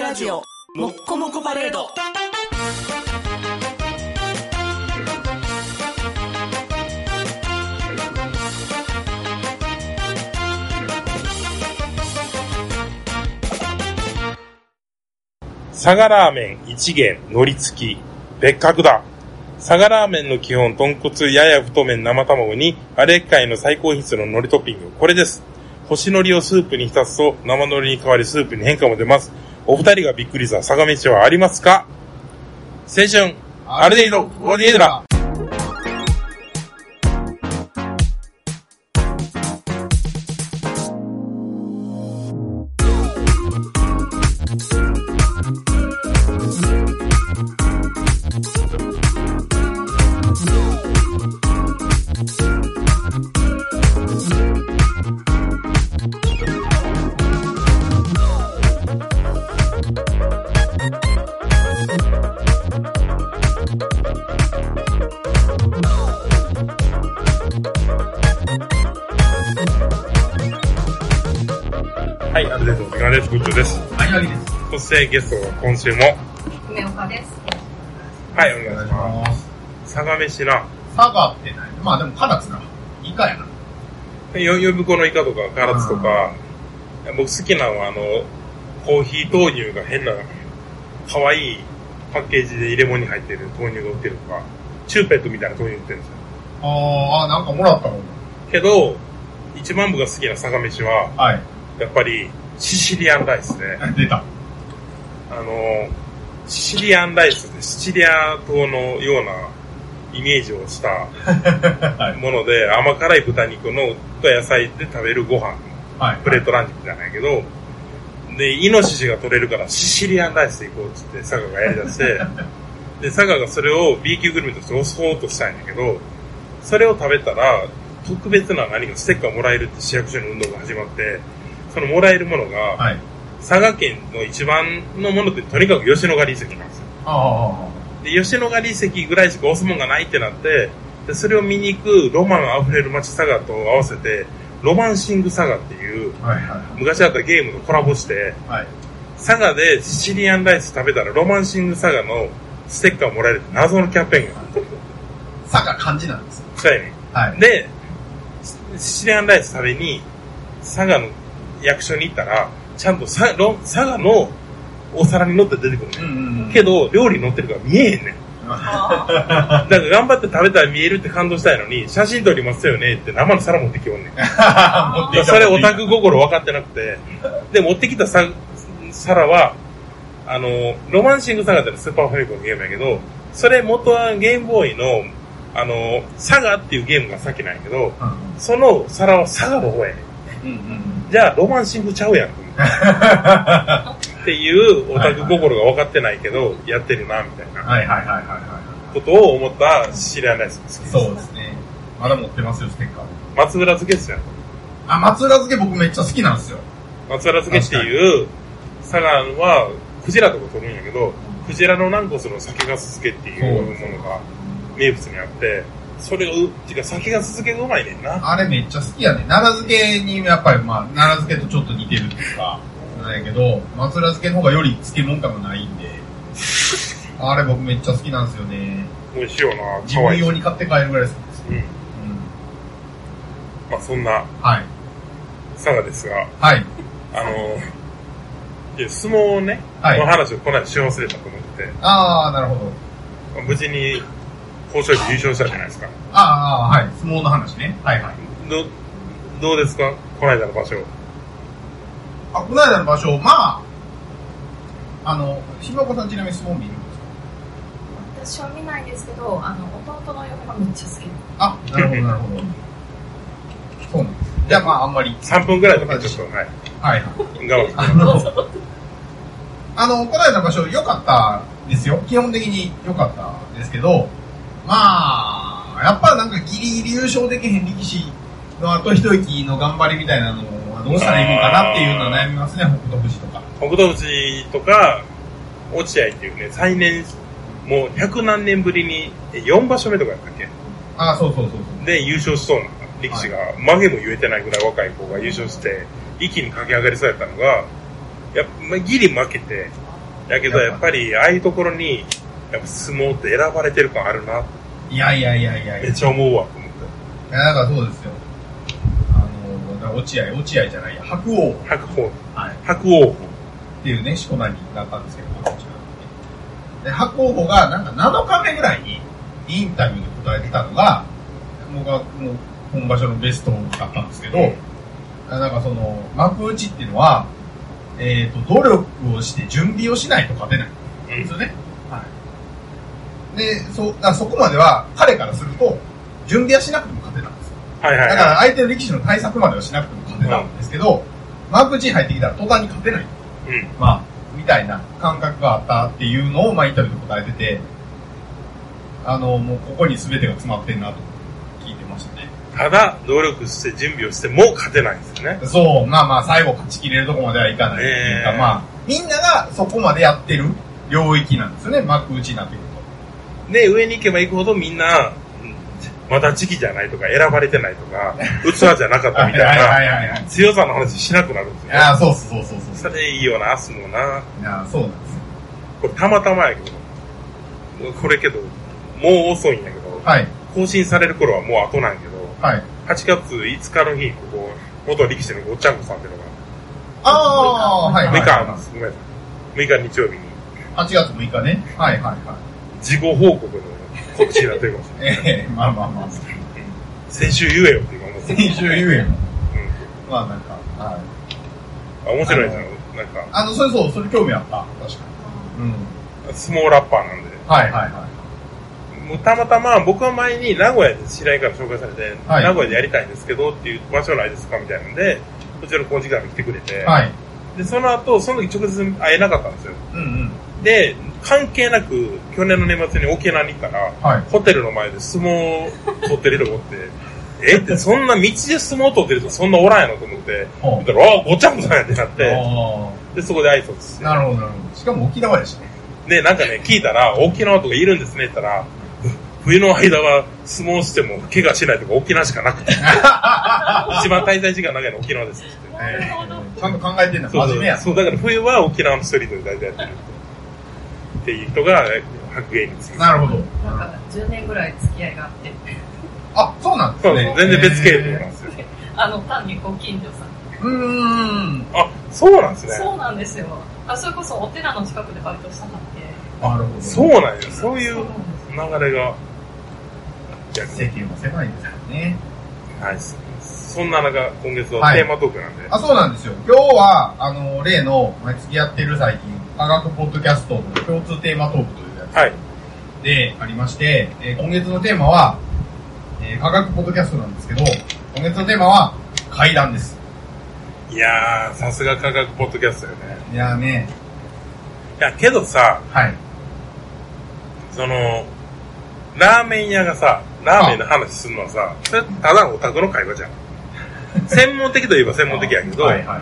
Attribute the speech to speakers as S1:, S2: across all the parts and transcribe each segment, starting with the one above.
S1: ラジオもっこもこパレード
S2: 佐賀ラーメン一元のり付き別格だ佐賀ラーメンの基本豚骨やや太麺生卵にあれ界の最高品質の海苔トッピングこれです干し海苔をスープに浸すと生海苔に変わりスープに変化も出ますお二人がびっくりした佐賀飯はありますか青春アルデイドコーディエードラはいアルデイドの時間ですグッドです
S3: はい、あげです。
S2: そしてゲストは今週も
S4: 梅岡です。
S2: はいお願いしま
S3: ます。
S2: す佐賀飯な
S3: 佐賀ってない。まあでも、唐津か。イカやな。
S2: よ呼ぶ子のイカとかカラツとか、僕好きなのはあの、コーヒー豆乳が変な、可愛いパッケージで入れ物に入ってる豆乳が売ってるとか、チューペットみたいな豆乳売ってるんですよ。
S3: あーあ、なんかもらったもん。
S2: けど、一番僕が好きな酒飯は、
S3: はい。
S2: やっぱりシシリアンライスで、
S3: 出た。
S2: あの、シシリアンライスでシチリア島のようなイメージをした
S3: はい。
S2: もので、甘辛い豚肉のと野菜で食べるご飯
S3: はい。
S2: プレートランチみたいなんやけど、で、イノシシが取れるからシシリアンライスで行こうっつって佐賀がやりだして、 で、佐賀がそれを B 級グルメとして押そうとしたんやけど、それを食べたら、特別な何かステッカーもらえるって市役所の運動が始まって、そのもらえるものが、
S3: はい。
S2: 佐賀県の一番のものってとにかく吉野ヶ里遺跡なんですよ。
S3: ああ、
S2: で、吉野ヶ里遺跡ぐらいしか押すもんがないってなって、で、それを見に行くロマン溢れる街佐賀と合わせて、ロマンシング佐賀っていう、
S3: はいは
S2: 昔だったらゲームとコラボして、
S3: い。はい。
S2: 佐賀でシチリアンライス食べたらロマンシング佐賀のステッカーもらえるって謎のキャンペーンが
S3: 佐賀漢字なんですよ。
S2: したいね
S3: はい。
S2: ん。で、シシチリアンライス食べに、佐賀の役所に行ったら、ちゃんとさロ佐賀のお皿に乗って出てくるね
S3: んうん
S2: ん。けど、料理乗ってるから見えへんねん。だから頑張って食べたら見えるって感動したいのに、写真撮りますよねって生の皿持ってきよんねん。
S3: 持ってきた
S2: それオタク心分かってなくて。で、持ってきたさ皿は、あの、ロマンシングサガってのはスーパーファミコンのゲームやけど、それ元はゲームボーイの、あの、サガっていうゲームが先なんやけど、
S3: うん
S2: その皿はサガの方やねん。
S3: うんうん。
S2: じゃあロマンシングちゃうやん。っていうオタク心が分かってないけど、やってるな、みたいな
S3: はいはいはいはいは
S2: ことを思った知らないです。
S3: い。そうですね。まだ持ってますよ、ステッカー。
S2: 松浦漬けですよ。
S3: あ、松浦漬け僕めっちゃ好きなんですよ。
S2: 松原漬けっていう佐賀はクジラとか取るんやけどクジラの軟骨の酒ガス漬けっていうものが名物にあってそれがうっていうか酒ガス漬けがうまいねんな
S3: あれめっちゃ好きやね。奈良漬けにやっぱりまあ、奈良漬けとちょっと似てるっていうか、なんやけど、松浦漬けの方がより漬物感がないんで、あれ僕めっちゃ好きなんですよね。
S2: 美味しいよな
S3: 自
S2: 可愛
S3: 分
S2: いい、うん
S3: 用に買って帰るぐらい好きです。
S2: まあ、そんな
S3: うん。はい。
S2: 佐賀ですが
S3: はい。
S2: あのいや相撲をね、
S3: はい
S2: の話をこの間し忘れたと思ってて、
S3: あー、なるほど。
S2: まあ無事に豊昇龍優勝したじゃないですか
S3: あーあー、はい。相撲の話ね。はいはい。
S2: どどうですかこの間の場所
S3: あ、この間の場所、まあ、あの、ひまこさんちなみに相撲見るんですか
S4: 私は見ないんですけど、あの弟の嫁がめっちゃ好き。
S3: あ、なるほどなるほど。そうなんです。じゃあまああんまり。
S2: 3分ぐらいだけちょっとはい
S3: はいはい。
S2: 我慢
S3: あの、あの、この間の場所良かったですよ。基本的に良かったですけど、まあ、やっぱなんかギリギリ優勝できへん力士のあと一息の頑張りみたいなのはどうしたらいいのかなっていうのは悩みますね、北斗富士とか。
S2: 北斗富士とか、落合っていうね、最年、もう百何年ぶりに、4場所目とかやったっけ
S3: ああ、そうそうそうそう。
S2: で、優勝しそうな力士が、曲げも言えてないぐらい若い子が優勝して、一気に駆け上がりそうやったのが、やっぱまあギリ負けて、やけど、やっぱり、ああいうところに、やっぱ相撲って選ばれてる感あるな。
S3: いやいやいやいやい
S2: め
S3: や
S2: っ。ちゃ思うわ、と思っ
S3: いや、だからそうですよ。あの、だから落合、落合じゃないや、白王。
S2: て。白鵬、
S3: はい。
S2: 白鵬
S3: っていうね、しこ名になったんですけど、こちらのねで、白鵬鵬が、なんか7日目ぐらいに、インタビューに答えてたのが、僕はもう、本場所のベストだったんですけど、なんかその、幕内っていうのは、えっ、と、努力をして準備をしないと勝てない。
S2: うん
S3: ですよね。はい。で、そ、あそこまでは、彼からすると、準備はしなくても勝てたんですよ。
S2: はいはい
S3: だか
S2: は
S3: ら相手の力士の対策まではしなくても勝てたんですけど、マークチ入ってきたら途端に勝てない。
S2: い。うん。
S3: まあ、みたいな感覚があったっていうのを、まあ、インタビューで答えてて、あの、もうここに全てが詰まってんなと聞いてましたね。
S2: ただ、努力して準備をしても勝てないんですよね。
S3: そう、まあまあ、最後勝ちきれるとこまではいかないっていうか、
S2: ねえ
S3: まあ、みんながそこまでやってる領域なんですよね、幕内なんていう
S2: で、上に行けば行くほどみんな、うんまだ時期じゃないとか、選ばれてないと か、器じゃなかっ
S3: と。
S2: た
S3: は
S2: み
S3: いはい
S2: た
S3: はいいはいはい
S2: な、。強さの話しなくなるんですよ。
S3: ああ、そうそうそうそうそ。
S2: そうれいいよな、相撲な。
S3: いや、そうなんですよ。
S2: これたまたまやけど、これけど、もう遅いんやけど、
S3: はい、
S2: 更新される頃はもう後なんやけど、
S3: はい。
S2: 8月5日の日、ここ、元力士のごっちゃんこさんっていうの
S3: ああ、はい、
S2: が、
S3: は
S2: 6
S3: い。
S2: 日あるんです、ごめんなさい。6日日曜日に、
S3: 8月6日ね。はいはいはい。
S2: 事後報告の告知になってるかもしれない。
S3: ええまあまあまあ。
S2: 先週言えよって今思って
S3: 先
S2: る。
S3: 週言えよ。
S2: うん
S3: まあなんか、はい。
S2: あ面白いじゃん。なんか、
S3: あの、それそう、それ興味あった。確かに。うん。
S2: 相撲ラッパーなんで。
S3: はいはいはい。
S2: もうたまたま僕は前に名古屋で知り合いから紹介されて、
S3: はい
S2: 名古屋でやりたいんですけどっていう場所ないですかみたいなんで、こちらの工事館に来てくれて、
S3: はい。
S2: で、その後、その時直接会えなかったんですよ。
S3: うんうん。
S2: で、関係なく、去年の年末に沖縄に行ったら、
S3: はい。
S2: ホテルの前で相撲を取ってる人がおって、 えって、そんな道で相撲取ってる人そんなおらんやろと思って、
S3: ほ
S2: 言ったら、ああ、ごちゃごちゃやってなって、
S3: あ
S2: で、そこで挨拶し
S3: あ。
S2: て。
S3: なるほどなるほど。しかも沖縄でしたね。
S2: で、なんかね、聞いたら、沖縄とかいるんですねって言ったら、冬の間は相撲しても怪我しないとか沖縄しかなくて。一番滞在時間長いの沖縄ですって言って。
S4: なるほど。
S3: ちゃんと考えてんだ。
S2: そう
S3: 真
S2: そ
S3: 面目や
S2: う。
S3: な。
S2: そう、だから冬は沖縄のストリートで大体やってるって。っていう人が白芸について。
S3: なるほど。
S4: なんか10年ぐらい付き合いがあって、
S3: あ、そうなん
S2: そ
S3: です
S2: う
S3: ね
S2: そう、。全然別系統なん
S3: へ
S2: ですよ。
S4: あの、単にご近所さん。
S3: ーうーん。
S2: あ、そうなんですね。
S4: そうなんですよ。あ、それこそお寺の近くでバイトしたんだって。
S3: なるほど。
S2: そう
S3: う。
S2: なんや。そういう
S4: そうなんです
S2: 流れが。逆に
S3: 世間は狭いですよね。
S2: はい。そんな中、今月はテーマトークなんで。
S3: あ、そうなんですよ。今日は、あの、例の、毎月やってる最近、科学ポッドキャストの共通テーマトークというやつ
S2: はい。
S3: でありまして、えー今月のテーマは、えー科学ポッドキャストなんですけど、今月のテーマは、階段です。
S2: いやー、さすが科学ポッドキャストよね。
S3: いやーね、
S2: いや、けどさ、
S3: はい。
S2: その、ラーメン屋がさ、ラーメンの話するのはさ、それただのオタクの会話 じゃん。専門的といえば専門的やけど、
S3: はいはいは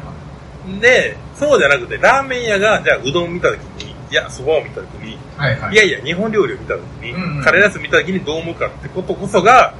S3: い。
S2: で、そうじゃなくて、ラーメン屋が、じゃあうどん見たときに、いや、そばを見たときに、
S3: はいはい
S2: いやいや、日本料理を見たときに、
S3: うんうん
S2: カレーライス見たときにどう思うかってことこそが、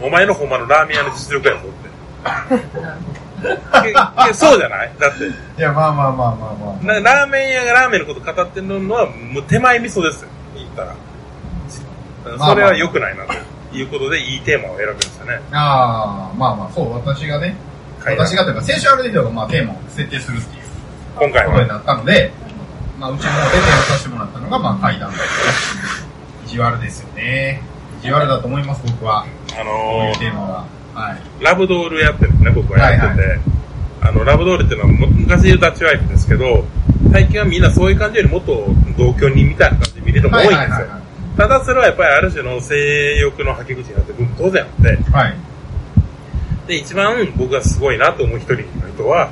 S2: お前のほんまのラーメン屋の実力やぞ って。けけそうじゃないだって
S3: いや、まあまあまあまあ
S2: な、
S3: ま
S2: ラーメン屋がラーメンのこと語ってるのは、もう手前味噌ですよ。言ったら。だからそれは良くないな、ということで、いいテーマを選びましたね。
S3: あ。ああ、まあまあ、そう、私がね、
S2: 階段
S3: 私がというか、青春アルディドがまあテーマを設定するっていう
S2: 今回
S3: ことに
S2: は。
S3: なったので、まあ、うちの方で提案させてもらったのが、まあ、階段だ意地悪ですよね。意地悪だと思います、僕は。
S2: あ
S3: こうい
S2: の
S3: うテーマは。はい。
S2: ー、ラブドールやってるね、僕はやってて。
S3: は
S2: あの、ラブドールっていうのはも昔で言うダッチワイフですけど、最近はみんなそういう感じよりもっと同居人みたいな感じで見る人も多いんですよ。
S3: はいはいはい
S2: ただそれはやっぱりある種の性欲の吐き口になってる部分当然あって、
S3: はい。はい
S2: で、一番僕がすごいなと思う一人の人は、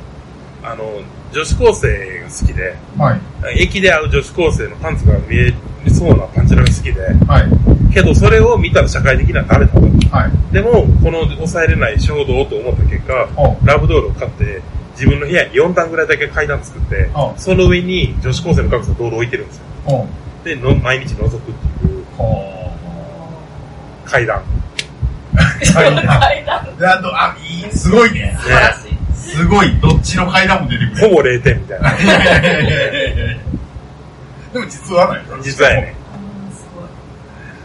S2: あの、女子高生が好きで、
S3: はい。
S2: 駅で会う女子高生のパンツが見えそうなパンチラが好きで、
S3: はい。
S2: けどそれを見たら社会的な誰だと。
S3: はい。
S2: でも、この抑えれない衝動と思った結果、
S3: お
S2: ラブドールを買って、自分の部屋に4段ぐらいだけ階段作って
S3: あ、
S2: その上に女子高生の格差道路置いてるんですよ。
S3: お
S2: で、の毎日覗くっていう
S3: ほ
S2: 階段。
S3: ー。階段。
S4: 階段
S3: であと、あ、いい、すごいね。
S4: 素晴らしい。
S3: すごい、どっちの階段も出てく
S2: ほ
S3: る。
S2: ぼ0点みたいな。
S3: いやいやいやいやいやいや でも実はないよ。
S2: 実はやね。
S4: あーすごい。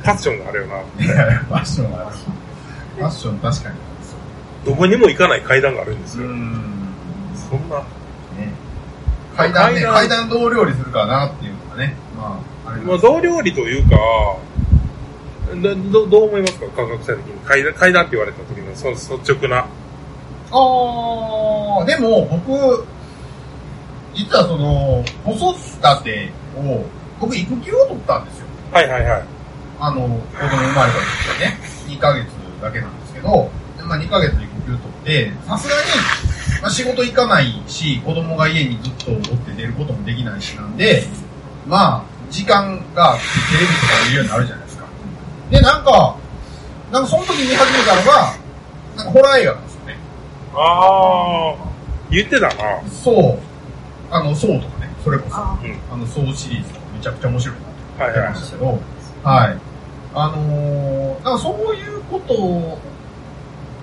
S2: パッションがあるよな。
S3: いやいやファッションはある。ファッション確かにあるんですよ。
S2: どこにも行かない階段があるんですよ。
S3: ん。
S2: そんな。
S3: ね。階段ね、
S2: 階段
S3: 階段どう料理するかなっていうのがね。まあ、あれなん
S2: ま
S3: で
S2: あ、
S3: すけど
S2: 同料理というか、どどどう思いますか感覚した時に階段。階段って言われた時のそ率直な。
S3: あー、でも僕、実はその、子育てを、僕育休を取ったんですよ。
S2: はいはいはい。
S3: あの、子供生まれた時はね、2ヶ月だけなんですけど、でまあ2ヶ月育休取って、さすがに、まあ仕事行かないし、子供が家にずっとおって出ることもできないしなんで、まあ、時間がテレビとか見るようになるじゃないですか。で、なんか、なんかその時見始めたのが、なんかホラー映画なんですよね。
S2: ああ、言ってたな。
S3: そう。あの、そうとかね、それこそ。
S4: あ
S3: あの、ソウシリーズとかめちゃくちゃ面白いなって
S2: はい
S3: 思って
S2: は
S3: ま
S2: い。
S3: したけど、はい。あのー、なんかそういうことを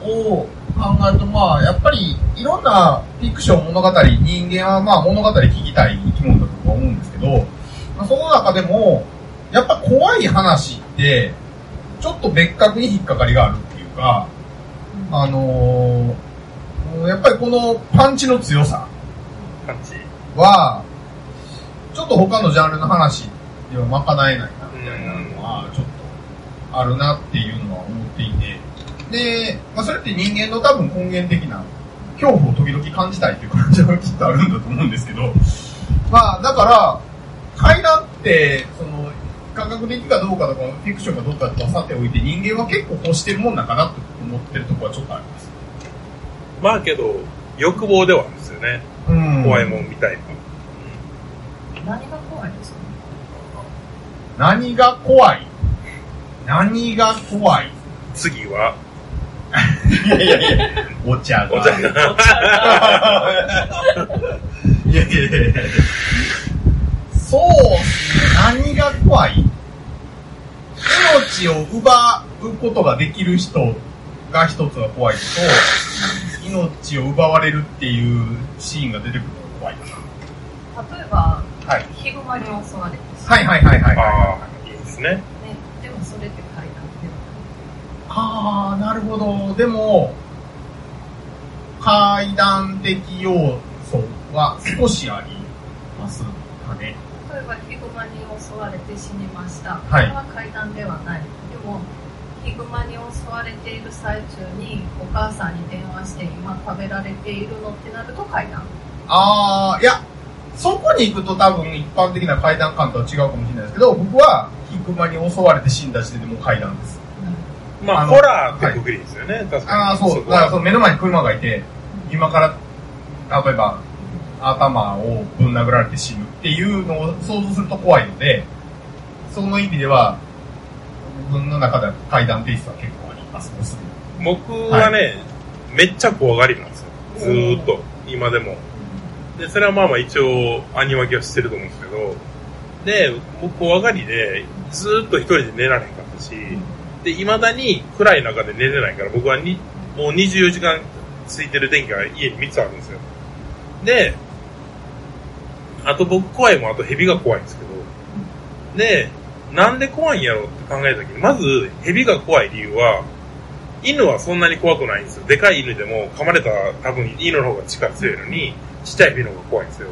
S3: 考えると、まあ、やっぱりいろんなフィクション、物語、人間はまあ物語聞きたい生き物だとは思うんですけど、まあその中でも、やっぱ怖い話って、ちょっと別格に引っかかりがあるっていうか、あのー、やっぱりこのパンチの強さ、
S2: 感じ。
S3: は、ちょっと他のジャンルの話では賄えないな、みたいなのは、ちょっとあるなっていうのは思っていて。で、まあ、それって人間の多分根源的な恐怖を時々感じたいっていう感情がきっとあるんだと思うんですけど、まあ、だから、階段って、その、感覚的かどうかとか、フィクションかどうかとかさておいて、人間は結構欲してるもんなんかなと思ってるところはちょっとあります。
S2: まあけど、欲望ではあるんですよね。
S3: うん
S2: 怖いもんみたいな。
S4: 何が怖いんですか
S3: 何が怖い何が怖い
S2: 次は、
S3: いやいやいや、お茶が。
S2: お茶が。
S3: いやいやいやいやそうっすね、何が怖い命を奪うことができる人が一つが怖いのと、命を奪われるっていうシーンが出てくるのが怖いか
S4: 例えば、
S3: な。はい。
S4: ヒグマに襲われてし
S3: はいはいはいはい、はい。
S2: ああ、いいですね。
S4: ね、でもそれって階段では
S3: ああ、なるほど。でも、階段的要素は少しありますかね。
S4: ない。例えば、ヒグマに襲われて死にました。こ
S3: はい
S4: れは階段ではない。でも、ヒグマに襲われている最中に、お母さんに電話して、今食べられているのってなると階段。
S3: ああ、いや、そこに行くと多分一般的な階段感とは違うかもしれないですけど、僕は、ヒグマに襲われて死んだ時点でもう階段です。
S2: まあ、
S3: あの
S2: ホラーってくくりですよね。確かに。
S3: ああ、そう。
S2: こ
S3: だからそ
S2: は
S3: の目の前に車がいて、今から、例えば、頭をぶん殴られて死ぬっていうのを想像すると怖いので、その意味では、自分の中では階段テイストは結構あります。おすすめ
S2: 僕はね、めっちゃ怖がりなんですよ。ずーっと、今でも。で、それはまあまあ一応、アニマキはしてると思うんですけど、で、僕怖がりで、ずーっと一人で寝られへんかったし、で、未だに暗い中で寝れないから、僕はにもう24時間ついてる電気が家に3つあるんですよ。で、あと僕怖いもん、あと蛇が怖いんですけど、で、なんで怖いんやろうって考えた時に、まず、蛇が怖い理由は、犬はそんなに怖くないんですよ。でかい犬でも噛まれたら多分犬の方が力強いのに、ちっちゃい蛇の方が怖いんですよ。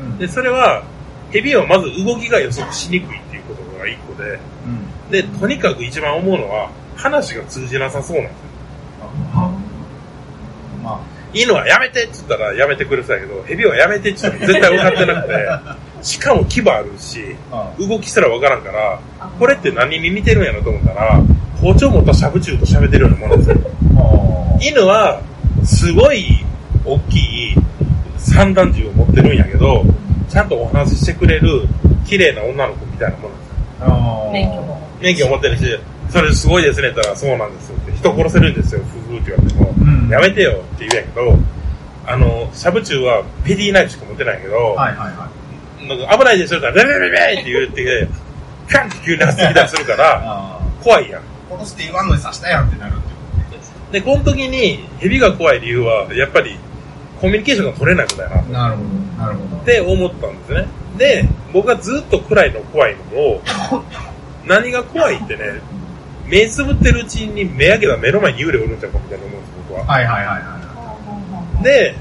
S3: うん
S2: で、それは、蛇はまず動きが予測しにくいっていうことが一個で、
S3: うん
S2: で、とにかく一番思うのは、話が通じなさそうなんですよ。
S3: あまあ、
S2: 犬はやめてって言ったらやめてくれてたけど、蛇はやめてって言ったら絶対分かってなくて、しかも牙あるし、
S3: あ
S2: 動きすら分からんから、
S4: あ
S2: これって何に似てるんやろと思ったら、包丁持ったしゃぶ中と喋ってるようなものですよ。
S3: あ
S2: 犬は、すごい大きい散弾銃を持ってるんやけど、ちゃんとお話ししてくれる綺麗な女の子みたいなものなんですよ。
S3: あ
S4: 免許も。
S2: 免許持ってるし、それすごいですねって言ったら、そうなんですよって、人殺せるんですよ、夫婦って言われても、
S3: うん
S2: やめてよって言うんやけど、あの、シャブ中はペディナイフしか持ってないけど、
S3: はいはいはい。
S2: なんか危ないですよって言ったら、ベベベベベって言って、カンって急に走ってきたりする から、
S3: あ
S2: 怖いやん。
S3: あ殺して言わんのに刺したやんってなるってこ
S2: で、この時に、蛇が怖い理由は、やっぱり、コミュニケーションが取れないことやなっ
S3: なるほど、なるほど。
S2: て思ったんですね。で、僕がずっと暗いの怖いのを、何が怖いってね、目つぶってるうちに目開けたら目の前に幽霊おるんちゃうかみたいな思うんです、僕は。
S3: はいはいはいはい。
S2: で、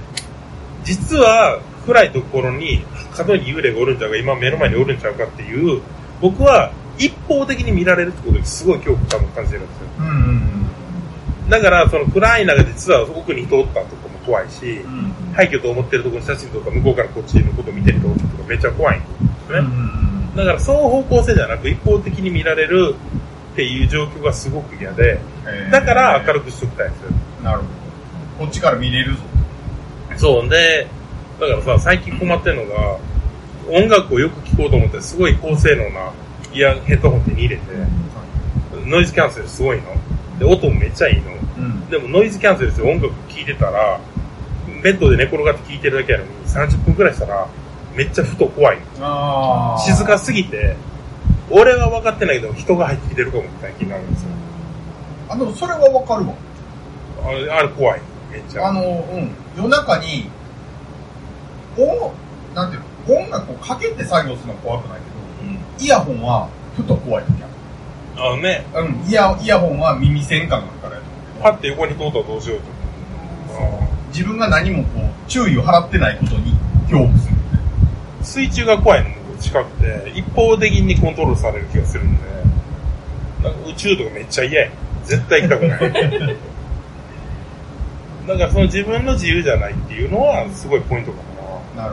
S2: 実は暗いところに角に幽霊がおるんちゃうか、今目の前におるんちゃうかっていう、僕は一方的に見られるってことにすごい恐怖感を感じてるんですよ。
S3: うんうん
S2: だから、その暗い中で実は奥に人おったとかも怖いし
S3: う、ん。
S2: 廃墟と思ってるところに写真とか向こうからこっちのこと見てる人おるとかめっちゃ怖いんです
S3: うんうんう
S2: ね。
S3: ん。
S2: だから、その方向性じゃなく一方的に見られるっていう状況がすごく嫌で、
S3: えー
S2: だから明るくしときたいんですよ。
S3: なるほど。こっちから見れるぞ。
S2: そうで、だからさ、最近困ってるのが、音楽をよく聴こうと思って、すごい高性能なイヤヘッドホン手に入れて、ノイズキャンセルすごいの。で、音もめっちゃいいの。
S3: うん。
S2: でもノイズキャンセルして音楽聴いてたら、ベッドで寝転がって聴いてるだけやのに、30分くらいしたら、めっちゃふと怖い。
S3: ああ。
S2: 静かすぎて、俺は分かってないけど、人が入ってきてるかもみたいな気になるんですよ。
S3: あ、でもそれはわかるわ。
S2: あれ、あれ怖い。めっちゃ。
S3: あの、うん。夜中に、お、なんていうの、音楽をかけて作業するのは怖くないけ
S2: うん
S3: ど、イヤホンはふと怖い時あ
S2: あのね、
S3: る。うん。イヤ、イヤホンは耳栓感があるからやと
S2: パッて横に通ったらどうしようと思う。あー
S3: 自分が何もこう、注意を払ってないことに恐怖する。
S2: 水中が怖いのも近くて、一方的にコントロールされる気がするんで、なんか宇宙とかめっちゃ嫌やん。絶対行きたくない。 だからその自分の自由じゃないっていうのはすごいポイントか
S3: なる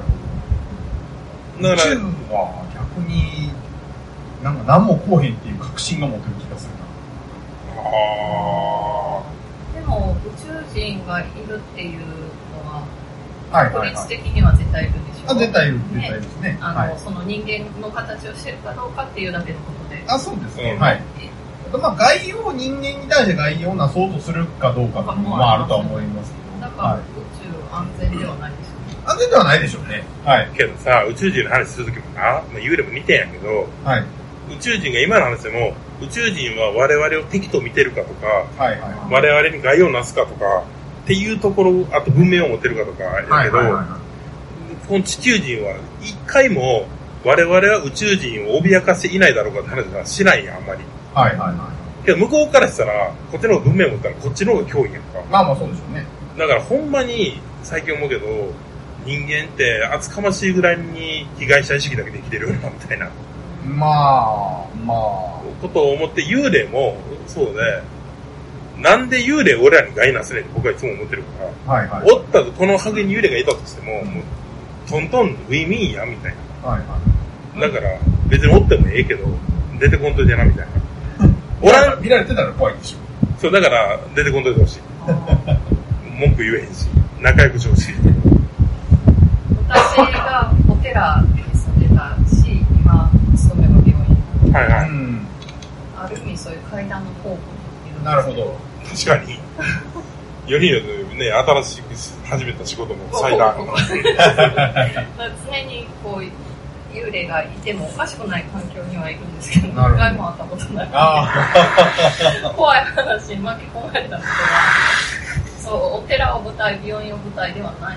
S3: ほど。
S2: な。だか
S3: 宇宙
S2: ら、
S3: は逆に、なんか何もこうへんっていう確信が持てる気がする
S2: あ
S4: でも宇宙人がいるっていうのは
S3: な。はい
S4: 法
S3: はい
S4: 律
S3: はい。
S4: 的には絶対いるでしょ
S3: あ、絶対いる、絶
S4: ね
S3: 対いるですね。
S4: あの、
S3: はい。
S4: その人間の形をしてるかどうかっていうだけのことで
S3: あ、そうですね。
S2: うん
S3: はい。まあ、概要、人間に対して概要をなそうとするかどうかっていうのはあるとは思いますけど。
S4: だから
S3: はい
S4: 宇。宙安全ではないでしょうね、
S3: 安全ではないでしょうね。はい。
S2: ー。けどさ、宇宙人の話するときもな、まあ、幽霊も似てんやけど、
S3: はい。
S2: 宇宙人が今の話でも、宇宙人は我々を敵と見てるかとか、
S3: はいは
S2: 我々に害をなすかとか、っていうところ、あと文明を持ってるかとか、や
S3: い。
S2: けど、この地球人は一回も我々は宇宙人を脅かしていないだろうかって話はしないやん、あんまり。
S3: はいはいはい。
S2: けど向こうからしたら、こっちの方が文明持ったらこっちの方が脅威やんか。
S3: まあまあそうでしょうね。
S2: だからほんまに最近思うけど、人間って厚かましいぐらいに被害者意識だけで生きてるよな、みたいな
S3: まあ、まあ。
S2: ことを思って幽霊もそうで、なんで幽霊俺らに害なすねんって僕はいつも思ってるから、
S3: はいはい。
S2: おったこのハゲに幽霊がいたとしても、もうトントンウィンウィンや、みたいな。
S3: はいはい。
S2: だから、別におってもええけど、出てこんといてな、みたいな。おらん、
S3: 見られてたら怖いでしょ。
S2: そう、だから、出てこんといてほしい。
S4: あ
S2: 文句言えへんし、仲良くしてほしい。
S4: ー私がお寺に住んでたし今勤めの病院
S2: はいは
S3: うん。
S4: ある意味そういう階段の候補にいるんですけ
S3: なるほど。
S2: い。確かに。よりよってね、新しく始めた仕事も最大。
S4: まあ常にこう幽霊がいてもおかしくない環境にはいるんですけど
S3: なるほど
S4: 一回も会ったことない
S3: あ
S4: 怖い話に巻き込まれたことはそうお寺を舞台病院を舞台ではない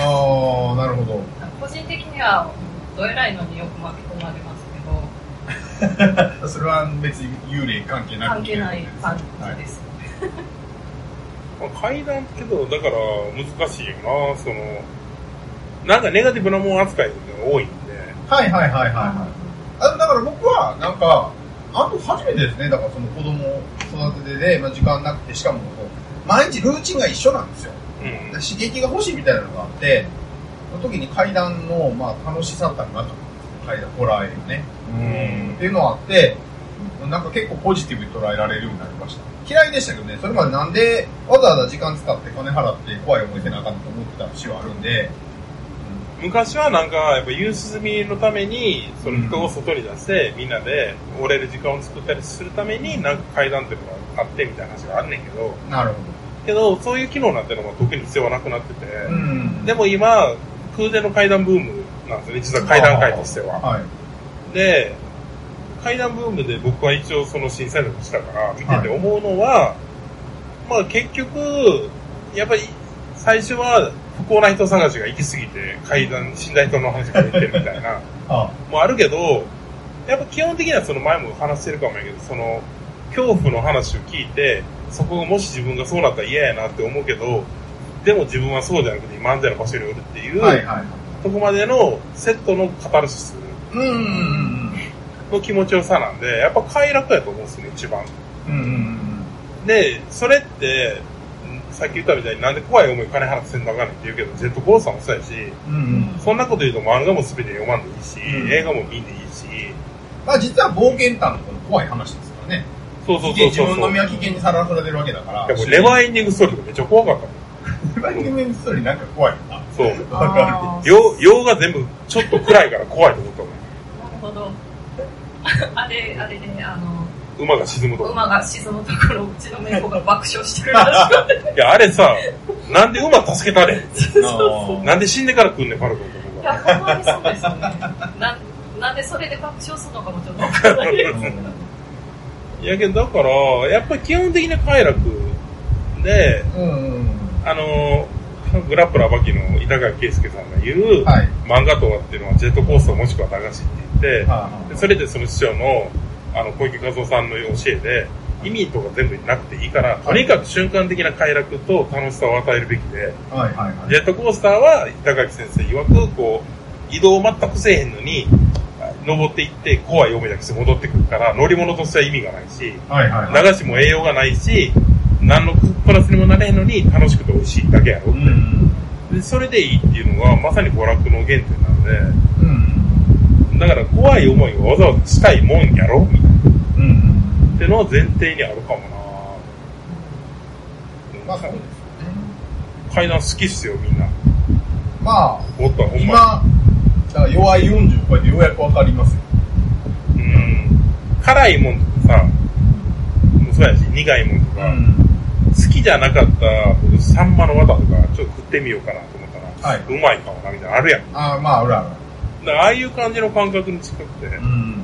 S3: あ。ああ、なるほど。
S4: 個人的にはどえらいのによく巻き込まれますけど
S3: それは別に幽霊関係なく。
S4: 関係ない感じです、
S2: まあ階段けど、だから難しいよな、その、なんかネガティブなもん扱いが多いんで、
S3: はいはいはいはいはい。あだから僕は、なんか、あの初めてですね、だからその子供を育ててで、まあ、時間なくて、しかもこう毎日ルーチンが一緒なんですよ。
S2: うん。
S3: 刺激が欲しいみたいなのがあって、その時に階段の、まあ、楽しさったなと思うんですよ階段、ホラー映画ね。
S2: うん
S3: っていうのはあって、なんか結構ポジティブに捉えられるようになりました。嫌いでしたけどね、それまでなんでわざわざ時間使って金払って怖い思いせなあかんと思ってた節はあるんで、
S2: 昔はなんか、やっぱ夕涼みのために、その人を外に出して、みんなで折れる時間を作ったりするために、なんか階段っていうのがあってみたいな話があんねんけど、
S3: なるほ
S2: けど、そういう機能なんてのが特に必要はなくなってて、
S3: ど。うん
S2: でも今、空前の階段ブームなんですよね、実は階段界としては。
S3: はい。
S2: で、階段ブームで僕は一応その震災のしたから、見てて思うのは、まあ結局、やっぱり最初は不幸な人探しが行き過ぎて、階段、死んだ人の話が出てるみたいな、
S3: あ
S2: もあるけど、やっぱ基本的にはその前も話してるかもやけど、その、恐怖の話を聞いて、そこがもし自分がそうなったら嫌やなって思うけど、でも自分はそうじゃなくて今みたいな場所におるっていう、
S3: はいはい。
S2: そこまでのセットのカタルシス
S3: うんうんうん
S2: の気持ちよさなんで、やっぱ快楽やと思うんですね、一番。
S3: うん。うんうん
S2: で、それって、んさっき言ったみたいになんで怖い思い金払ってせんとあかんねんって言うけど、ジェットコースターもそうやし、
S3: うん。うんうん。
S2: そんなこと言うと漫画も全て読まんでいいし、
S3: うん
S2: 映画も見んでいいし、
S3: まあ実は冒険探のこの怖い話ですからね。
S2: そうそうそう
S3: 自分
S2: そうそ
S3: 自分の
S2: う。
S3: 身は危険にさらされてるわけだから。
S2: でもレバーエンディングストーリーとかめっちゃ怖かったもん。
S3: レバーエンディングメンストーリーなんか怖いよな。
S2: そう。
S3: わかる
S4: あー
S2: 洋洋が全部ちょっと暗いから怖いと思ったもん。
S4: なるほど。 あれ、あれね、あの、
S2: 馬が沈むとか。
S4: 馬が沈むところ、うちの猫が爆笑してるらしくて。
S2: いや、あれさ、なんで馬助けたれん
S3: そうそう
S2: なんで死んでから来んねん、パルコンと思う
S4: い
S2: から。
S4: や、ほんまにそうですよね。な、なんでそれで爆笑するのかもちょっとわからないです。
S2: いやけど、だから、やっぱり基本的な快楽で、
S3: うんうん
S2: あのー、グラップラーバキの板垣圭介さんが言
S3: う
S2: う、
S3: ん。はい。
S2: 漫画とはっていうのはジェットコースターもしくは駄菓子って言って、でそれでその師匠の、あの、小池和夫さんの教えで、意味とか全部なくていいから、とにかく瞬間的な快楽と楽しさを与えるべきで、
S3: はいはいはい。
S2: ジェットコースターは板垣先生曰く、こう、移動を全くせえへんのに、登っていって怖い思いだけして戻ってくるから、乗り物としては意味がないし、
S3: はいはいはい。
S2: 流しも栄養がないし、何のプラスにもなれへんのに楽しくて美味しいだけやろ
S3: う。んうん。
S2: で、それでいいっていうのはまさに娯楽の原点なん
S3: うんうん
S2: で、だから怖い思いをわざわざしたいもんやろみたいな。
S3: うんうん。
S2: ってのは前提にあるかもな
S3: まあそうですよね。
S2: 階段好きっすよ、みんな。
S3: まあ、
S2: おった、ほんま。
S3: 今、だから弱い40超えてようやくわかりますよ。
S2: うん。辛いもんとかさ、もうそうやし、苦いもんとか、好きじゃなかった、僕、サンマの綿とか、ちょっと食ってみようかなと思ったら、
S3: はいう
S2: まいかもな、みたいな、あるやん。
S3: ああ、まあ、あるあ
S2: だからああいう感じの感覚に近くて、
S3: る。ん。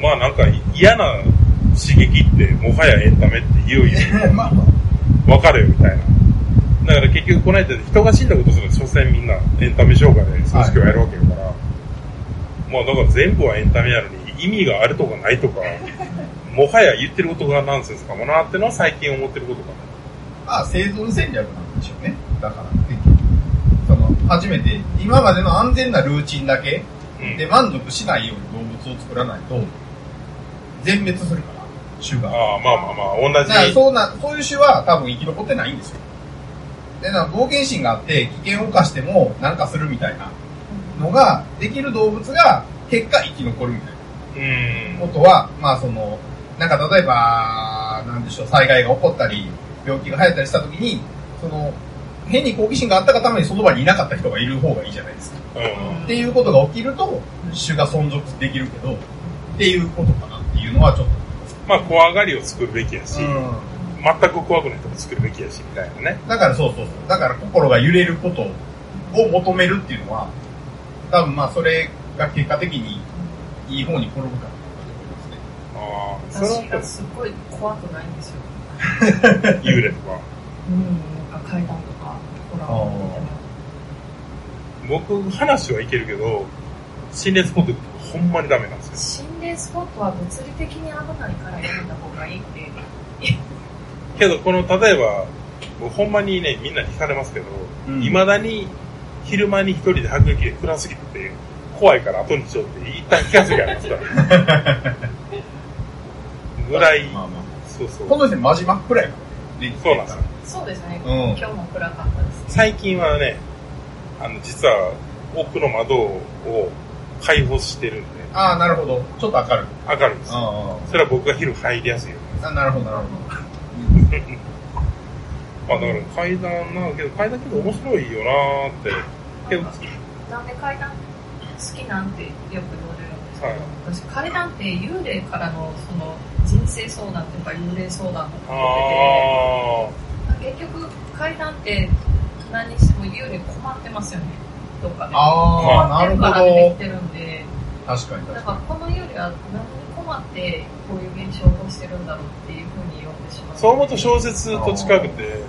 S2: まあなんか嫌な刺激って、もはやエンタメって言うよ。
S3: まあ、
S2: わかるよみたいな。だから結局この間人が死んだことする所詮みんなエンタメ障害で組織をやるわけだから、まあだから全部はエンタメやのに意味があるとかないと か、もはや言ってることがナンセンスかもなってのは最近思ってることかな。
S3: まあ、生存戦略なんでしょうね。だから、結局。その、初めて、今までの安全なルーチンだけ
S2: うん。
S3: で満足しないように動物を作らないと、全滅するから、種が。
S2: ああ、まあまあまあ、
S3: だから
S2: 同じ。
S3: そうな、そういう種は多分生き残ってないんですよ。で、なんか冒険心があって危険を犯してもなんかするみたいなのが、できる動物が結果生き残るみたいな
S2: うん。
S3: ことは、まあその、なんか例えば、なんでしょう、災害が起こったり、病気が流行ったりした時に、その、変に好奇心があったがためにその場にいなかった人がいる方がいいじゃないですか。
S2: うん。
S3: っていうことが起きると、種が存続できるけど、っていうことかなっていうのはちょっ
S2: まあ怖がりを作るべきやし、
S3: と。うん
S2: 全く怖くないとこ作るべきやし、みたいなね。
S3: だからそうそうそう。だから心が揺れることを求めるっていうのは、多分まあそれが結果的にいい方に転ぶか
S2: ああ、
S3: らだと思いますね。
S2: それ
S4: 私が
S2: は
S4: すっごい怖くないんですよ。
S2: 幽霊とか。
S4: うん、なんか階段とか、ほら、みたいな。
S2: 僕、話はいけるけど、心霊スポット行くとほんまにダメなんですよ。
S4: 心霊スポットは物理的に危ないからやめた方がいいって。
S2: けど、この、例えば、もうほんまにね、みんなに惹かれますけど、
S3: うん
S2: 未だに昼間に一人で迫撃で暗すぎてて、怖いから後にしようって、一旦聞かせがありますから。 ぐらい、
S3: まあま
S2: そうそ
S3: あ。こ
S2: う。
S3: の人真真っ暗やからね。
S2: そうなんですよ。
S4: そうですね。
S3: うん
S4: 今日も暗かったです。
S2: 最近はね、あの、実は、奥の窓を開放してるんで、
S3: ああ、なるほど。ちょっと明るい。
S2: 明るいです。
S3: あ
S2: それは僕が昼入りやすいように。
S3: あ、なるほど、なるほ
S2: まあだから階段なんだけど、階段けど面白いよなーって。けど、
S4: なんかなんで階段好きなんてよく言われるんですけど、
S2: はい
S4: 私階段って幽霊からのその人生相談とか幽霊相談とか
S2: あ
S4: 受けて、結局階段って何にしても幽霊困ってますよね。どっかで。
S3: ど。ああ、なる
S4: 困ってるから出て
S3: ほ
S4: きてるんで、
S3: ど。確かに
S4: な
S3: 確
S4: ん
S3: か
S4: かこの幽霊は何に困ってこういう現象を起こしてるんだろうっていうふうに読んでしま
S2: あ、
S4: う。
S2: そう思うと小説と近くて、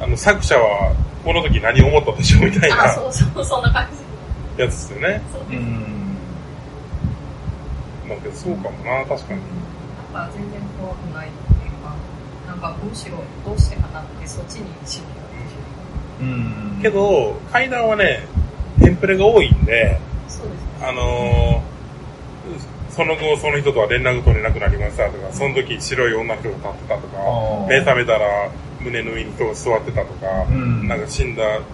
S2: あの、作者はこの時何思ったでしょうみたいな
S4: あ、そうそう、そんな感じ。
S2: やつですよね。
S4: そう
S3: う
S4: です。やっ
S3: ん。
S2: だけど、そうかもな、確かに。
S4: ぱ全然怖くないっていうか、なんかむしろどうしてかなってそっちに意識がい
S3: うん。
S2: け、ど、階段はね、テンプレが多いんで、
S4: そうですね。
S2: あのーその後その人とは連絡取れなくなりましたとか、その時白い女の人が立ってたとか
S3: あ、ー
S2: 目覚めたら胸の上に人が座ってたとか、
S3: うん。
S2: なんか、死んだ、なんか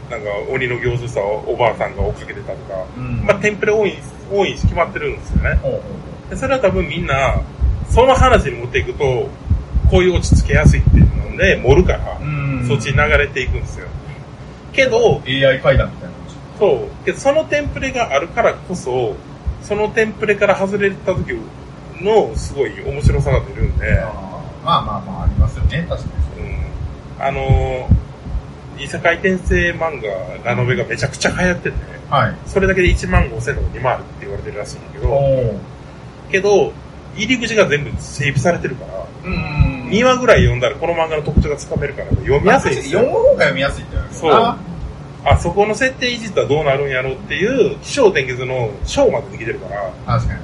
S2: 鬼の行事したおばあさんが追っかけてたとか、
S3: うん。
S2: まあ、テンプレ多い、多いし決まってるんですよね。
S3: ほうほう
S2: でそれは多分みんな、その話に持っていくと、こういう落ち着けやすいっていうので、盛るから
S3: ほう。うん。
S2: そっちに流れていくんですよ。けど、
S3: AI 階段みたいな感じ。
S2: そう。けどそのテンプレがあるからこそ、そのテンプレから外れた時のすごい面白さが出るんで、
S3: あーまあまあまあ、ありますよね、確か
S2: うん、あのー、異世界転生漫画、ラノベがめちゃくちゃ流行ってて、
S3: に。はい。
S2: それだけで1万5千とか2万あるって言われてるらしいんだけ
S3: お
S2: ど、
S3: お。
S2: けど、入り口が全部整備されてるから、
S3: うん
S2: 2話ぐらい読んだらこの漫画の特徴がつかめるから、読みやすいんです
S3: 読む
S2: よ。
S3: 方が読みやすいって言われる
S2: そうあそこの設定いじったらどうなるんやろうっていう、気象転結の章までできてるから、
S3: 確かに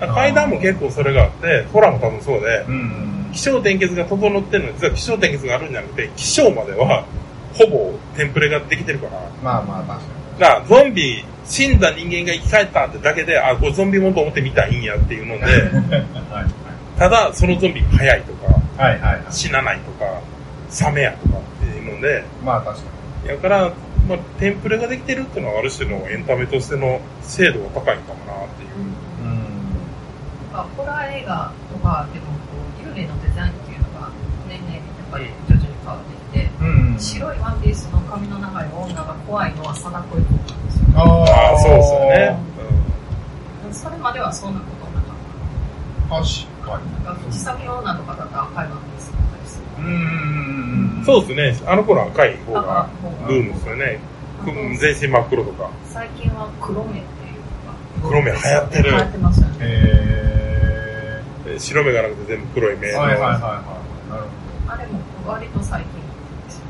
S3: 確か
S2: 階段も結構それがあって、ホラーも多分そうで、
S3: に。うん。
S2: 気象転結が整ってるのに、実は気象転結があるんじゃなくて、気象までは、ほぼテンプレができてるから。
S3: まあまあ、確かに。
S2: だから、ゾンビ、死んだ人間が生き返ったってだけで、あ、これゾンビもんと思って見たらいいんやっていうので、
S3: はい
S2: ただ、そのゾンビが早いとか、
S3: はいはい。
S2: 死なないとか、サメやとかっていうので、
S3: まあ確か
S2: やから、まあ、テンプレができてるっていうのはある種のエンタメとしての精度が高いのかもなっていう。
S3: に。うん。
S4: なんかホラー映画とかでもこう幽霊のデザインっていうのが年々やっぱり徐々に変わっていて、
S3: うん。
S4: 白いワンピースの髪の長い女が怖いのは貞子以降なんですよ。
S2: あ
S3: あ
S2: あ、そうですよね。
S4: それまではそんなことなかっ
S3: 確かに。
S4: た。なんか藤崎女とかだと赤いワンピースだったりする。
S3: うん。
S2: そう
S3: う
S2: ですね。あの頃は赤い方
S4: 赤
S2: が
S4: の方が
S2: ブームですよね。うん全身真っ黒とか。
S4: 最近は黒目っていうのが。
S2: 黒目流行ってる
S4: 流行ってますよね。
S3: へ
S2: えー白目がなくて全部黒い目
S3: え。
S2: の。
S3: はいはいはいはい。なるほ
S4: あれも割と最近なんですよ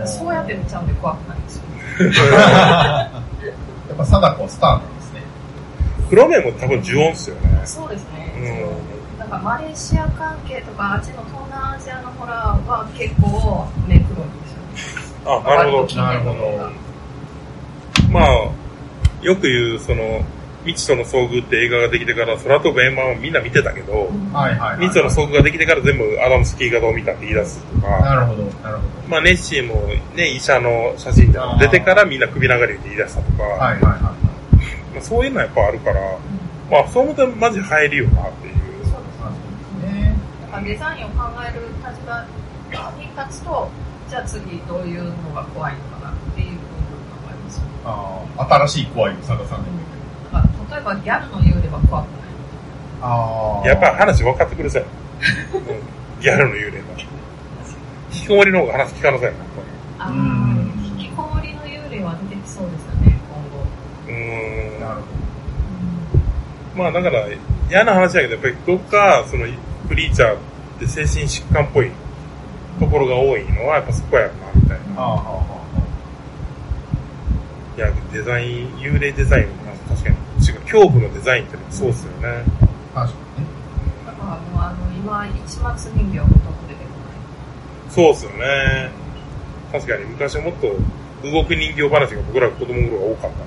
S3: おー
S4: そうやって見ちゃうんで怖くないんですよ。
S3: ど。やっぱ貞子はスターなんですね。
S2: 黒目も多分呪音っすよね。
S4: そうですね。
S2: う
S4: なんかマレーシア関係とか、あっちの東南アジアのホラーは結構目黒いんですよ。
S2: ん。あ、なるほど。
S3: なるほど
S2: まあ、よく言う、その、未知との遭遇って映画ができてから、空飛ぶ円盤をみんな見てたけど、
S3: はいはいはい。
S2: 未知との遭遇ができてから全部アダムスキーがどう見たって言い出すとか、
S3: なるほど、なるほ
S2: まあ、ネッシーもね、医者の写真が出てからみんな首長れって言い出したとか、
S3: ど。はいはいは
S2: まあ、そういうのはやっぱあるから、まあ、そう思ったらマジ入るよなっていう。
S4: そうです
S3: い。ね
S4: なんかデザインを考える立場に立つと、じゃあ次どういうのが怖いのかなっていうふうに考えますよ。
S3: あー新しい怖いを探さないといけない。
S4: だから例えばギャルの幽霊は怖くない。
S3: あー
S2: やっぱ話分かってく るさい。うんギャルの幽霊だ。引きこもりの方が話聞かなさいな。
S4: あ
S3: う
S4: ー
S3: ん
S4: 引きこもりの幽霊は出てきそうですよね、
S2: うーん。
S3: なるほ
S2: まあだから、嫌な話だけど、やっぱりどっか、その、クリーチャーって精神疾患っぽいところが多いのは、やっぱそこやろな、みたいな。
S3: ど。あーあ
S2: いや、デザイン、幽霊デザインの話、確かに。違う、恐怖のデザインってのもそうっすよね。
S3: ーあー確かにね。
S4: 今後。だからもうあの、今、市松人形ほとんど出てこない。
S2: そうっすよね。確かに昔はもっと動く人形話が僕ら子供の頃は多かったな。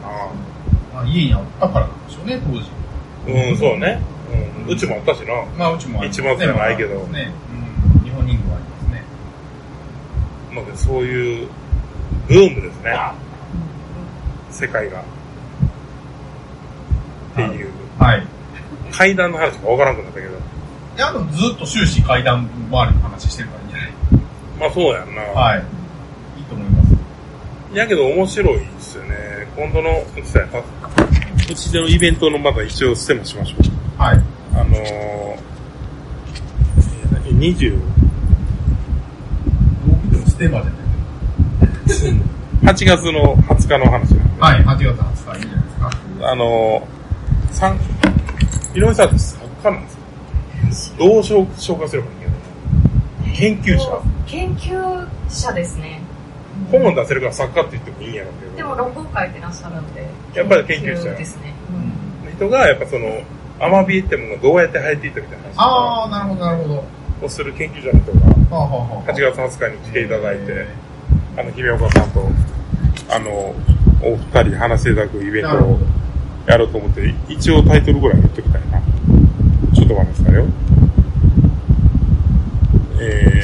S3: まあ家にあったからなんでしょうね、当時。
S2: うん、そうね。うん。うちもあったしな。
S3: まあうちもあります
S2: 一番じゃないけど
S3: ね。うん。日本人形ありますね。
S2: まあ、そういうブームですね。世界が。っていう。
S3: はい。
S2: 階段の話がわからなくなったけど。
S3: いや、でもずっと終始階段周りの話してるからいいんじゃない
S2: まあそうやんな。
S3: はい。いいと思います。
S2: やけど面白いですよね。今度の、そうやなうちでのイベントのまた一応ステもしましょう。
S3: はい。
S2: あのー、えー20
S3: どう見てもステーマじゃないけ
S2: 8月の20日の話なんで
S3: ど。はい。8月20日いいんじゃないですか。
S2: あのー、三、井上さんって作家なんですかどう紹紹介すればいいんやろ
S4: えー
S2: 研究者
S4: と研究者ですね。
S2: 本を出せるから作家って言ってもいいんやろうけど。
S4: でも論文書いてらっしゃるんで、
S2: やっぱり研究者
S4: ですね。
S2: 人がやっぱそのアマビエってものがどうやって生えていったみたいな話
S3: ああ、なるほど、なるほど。は
S2: をする研究者の人が
S3: あ、はあ、はあ。
S2: 8月20日に来ていただいて、あの、姫岡さんと、あの、お二人話していただくイベン
S3: な
S2: ト
S3: るほ
S2: をやろうと思って、一応タイトルぐらい言っときたいな。ちょっと待ってくださいよ。え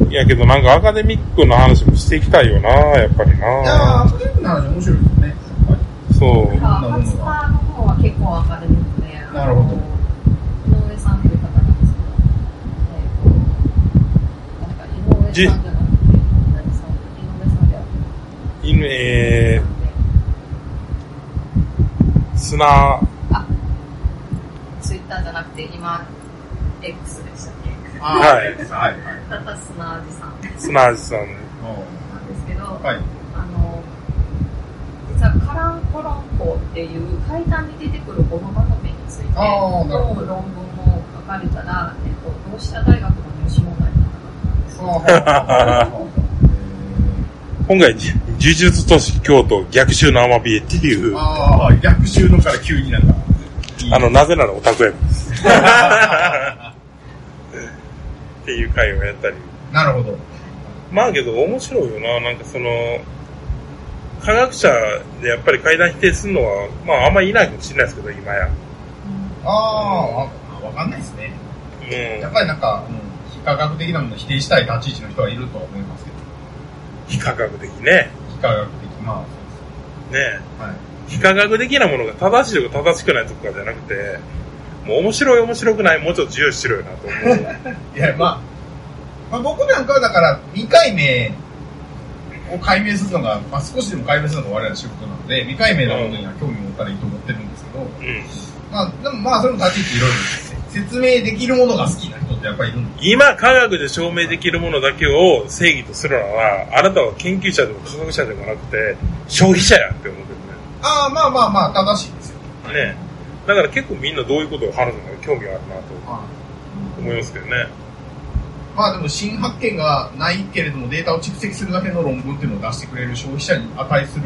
S2: ー、いやけどなんかアカデミックの話もしていきたいよな、やっぱり
S3: ど。いやー、
S2: な
S3: ア。カデミックな話面白いですよね。やっ
S2: そう
S4: なん。か、ハツパーの方は結構アカデミックで、
S3: なるほど
S4: ど。井上さんという方なんですけど、えっ、と、なんか井上さんじゃなくて、何さん、井上さんではなくて
S2: 犬、えー、砂、
S4: あ、ツイッターじゃなくて、今、X でしたっけ
S3: ぱあー
S2: はい
S3: はい、はい。
S4: タタスナージさん
S2: 砂
S4: な
S2: 味さん。
S4: んですけど、
S3: はい。
S4: あの、実はカランコロンコっていう階段に出てくるオノマトペについて
S3: あ
S4: の
S3: ーなるほ
S4: 論文を書かれたら、えっと、同志社大学の入試問題になったんですよ。
S2: 今回、じ呪術都市京都逆襲のアマビエっていう、あ
S3: ああ、逆襲のから急になんか。
S2: の、なぜならオタクやからです。っていう回をやったり。
S3: なるほど。
S2: まあけど面白いよな、なんかその、科学者でやっぱり階段否定するのは、まああんまりいないかもしれないですけど、今や。
S3: ああ、わかんないですね。やっぱりなんか、うん、非科学的なものを否定したい立ち位置の人はいるとは思いますけど、
S2: うん。非科学的ね。
S3: 非科学的、まあ、そう
S2: ね
S3: です。はい。
S2: 非科学的なものが正しいとか正しくないとかじゃなくて、もう面白い面白くない、もうちょっと重要視しろよなと思う。
S3: いや、まあ、まあ、僕なんかはだから、未解明を解明するのが、まあ、少しでも解明するのが我々の仕事なので、未解明のものには興味を持ったらいいと思ってるんですけど、
S2: うん。
S3: まあ、でもまあ、それも立ち位置いろいろですね説明できるものが好きな人ってやっぱりいるんで
S2: 今科学で証明できるものだけを正義とするのは、あなたは研究者でも科学者でもなくて、消費者やって思うけ
S3: ああ、まあまあまあ、正しいですよ。
S2: どね。ねだから結構みんなどういうことを話すのか興味があるなと
S3: ま
S2: 思いますけどね。
S3: あ、まあでも、新発見がないけれども、データを蓄積するだけの論文っていうのを出してくれる消費者に値する、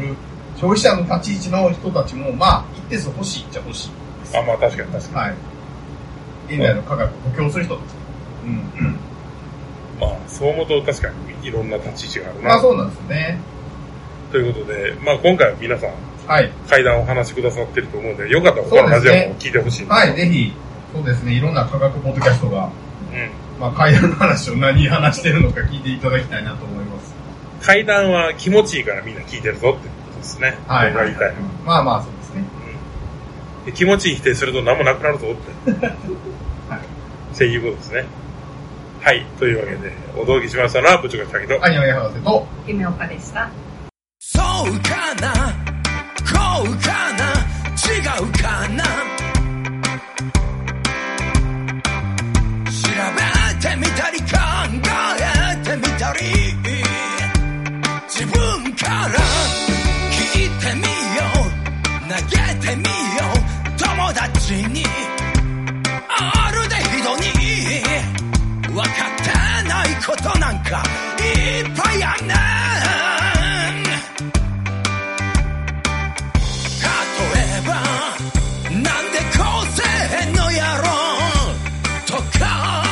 S3: 消費者の立ち位置の人たちも、まあ、一定数欲しいっちゃ欲しい。
S2: あ、まあ確かに確か
S3: はい。現代の科学を補強する人たち。うん。
S2: に。まあそう思うと確かにいろんな立ち位置がある
S3: まあ
S2: な。
S3: そうなんですよね。
S2: ということで、まあ今回は皆さん
S3: はい。
S2: 階段をお話しくださってると思うんで、よかったら他のラジオも聞いてほしいな
S3: はい、ぜひ、そうですね、いろんな科学ポッドキャストが、
S2: うん。
S3: まあ、会談の話を何話してるのか聞いていただきたいなと思います。
S2: 階段は気持ちいいからみんな聞いてるぞってことですね。
S3: はい。
S2: 僕が言いたいのは
S3: まあまあ、そうですね。
S2: で気持ちいい否定すると何もなくなるぞって。
S3: はい
S2: っていうことですね。はい。というわけで、お道着しましたのは部長がしたけど、
S3: はい、はい、博士と、
S4: 夢岡でした。
S1: そうかなこうかな違うかな調べてみたり考えてみたり自分から聞いてみよう投げてみよう友達にあるでひどに分かってないことなんかいっぱいあんねん例えばなんでこうせえへんのやろとか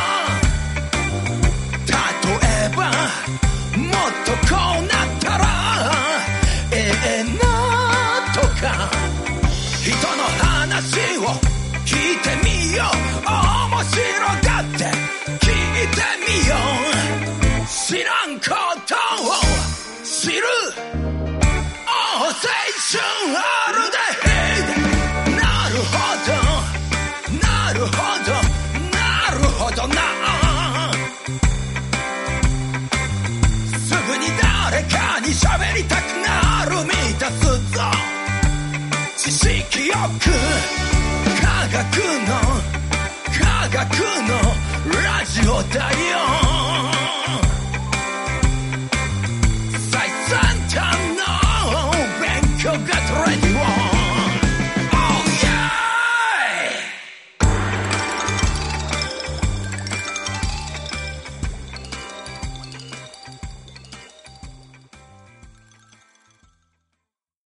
S1: 例えばもっとこうなったらええなとか人の話を聞いてみよう面白がって聞いてみよう知らんことを知る青春を Oh,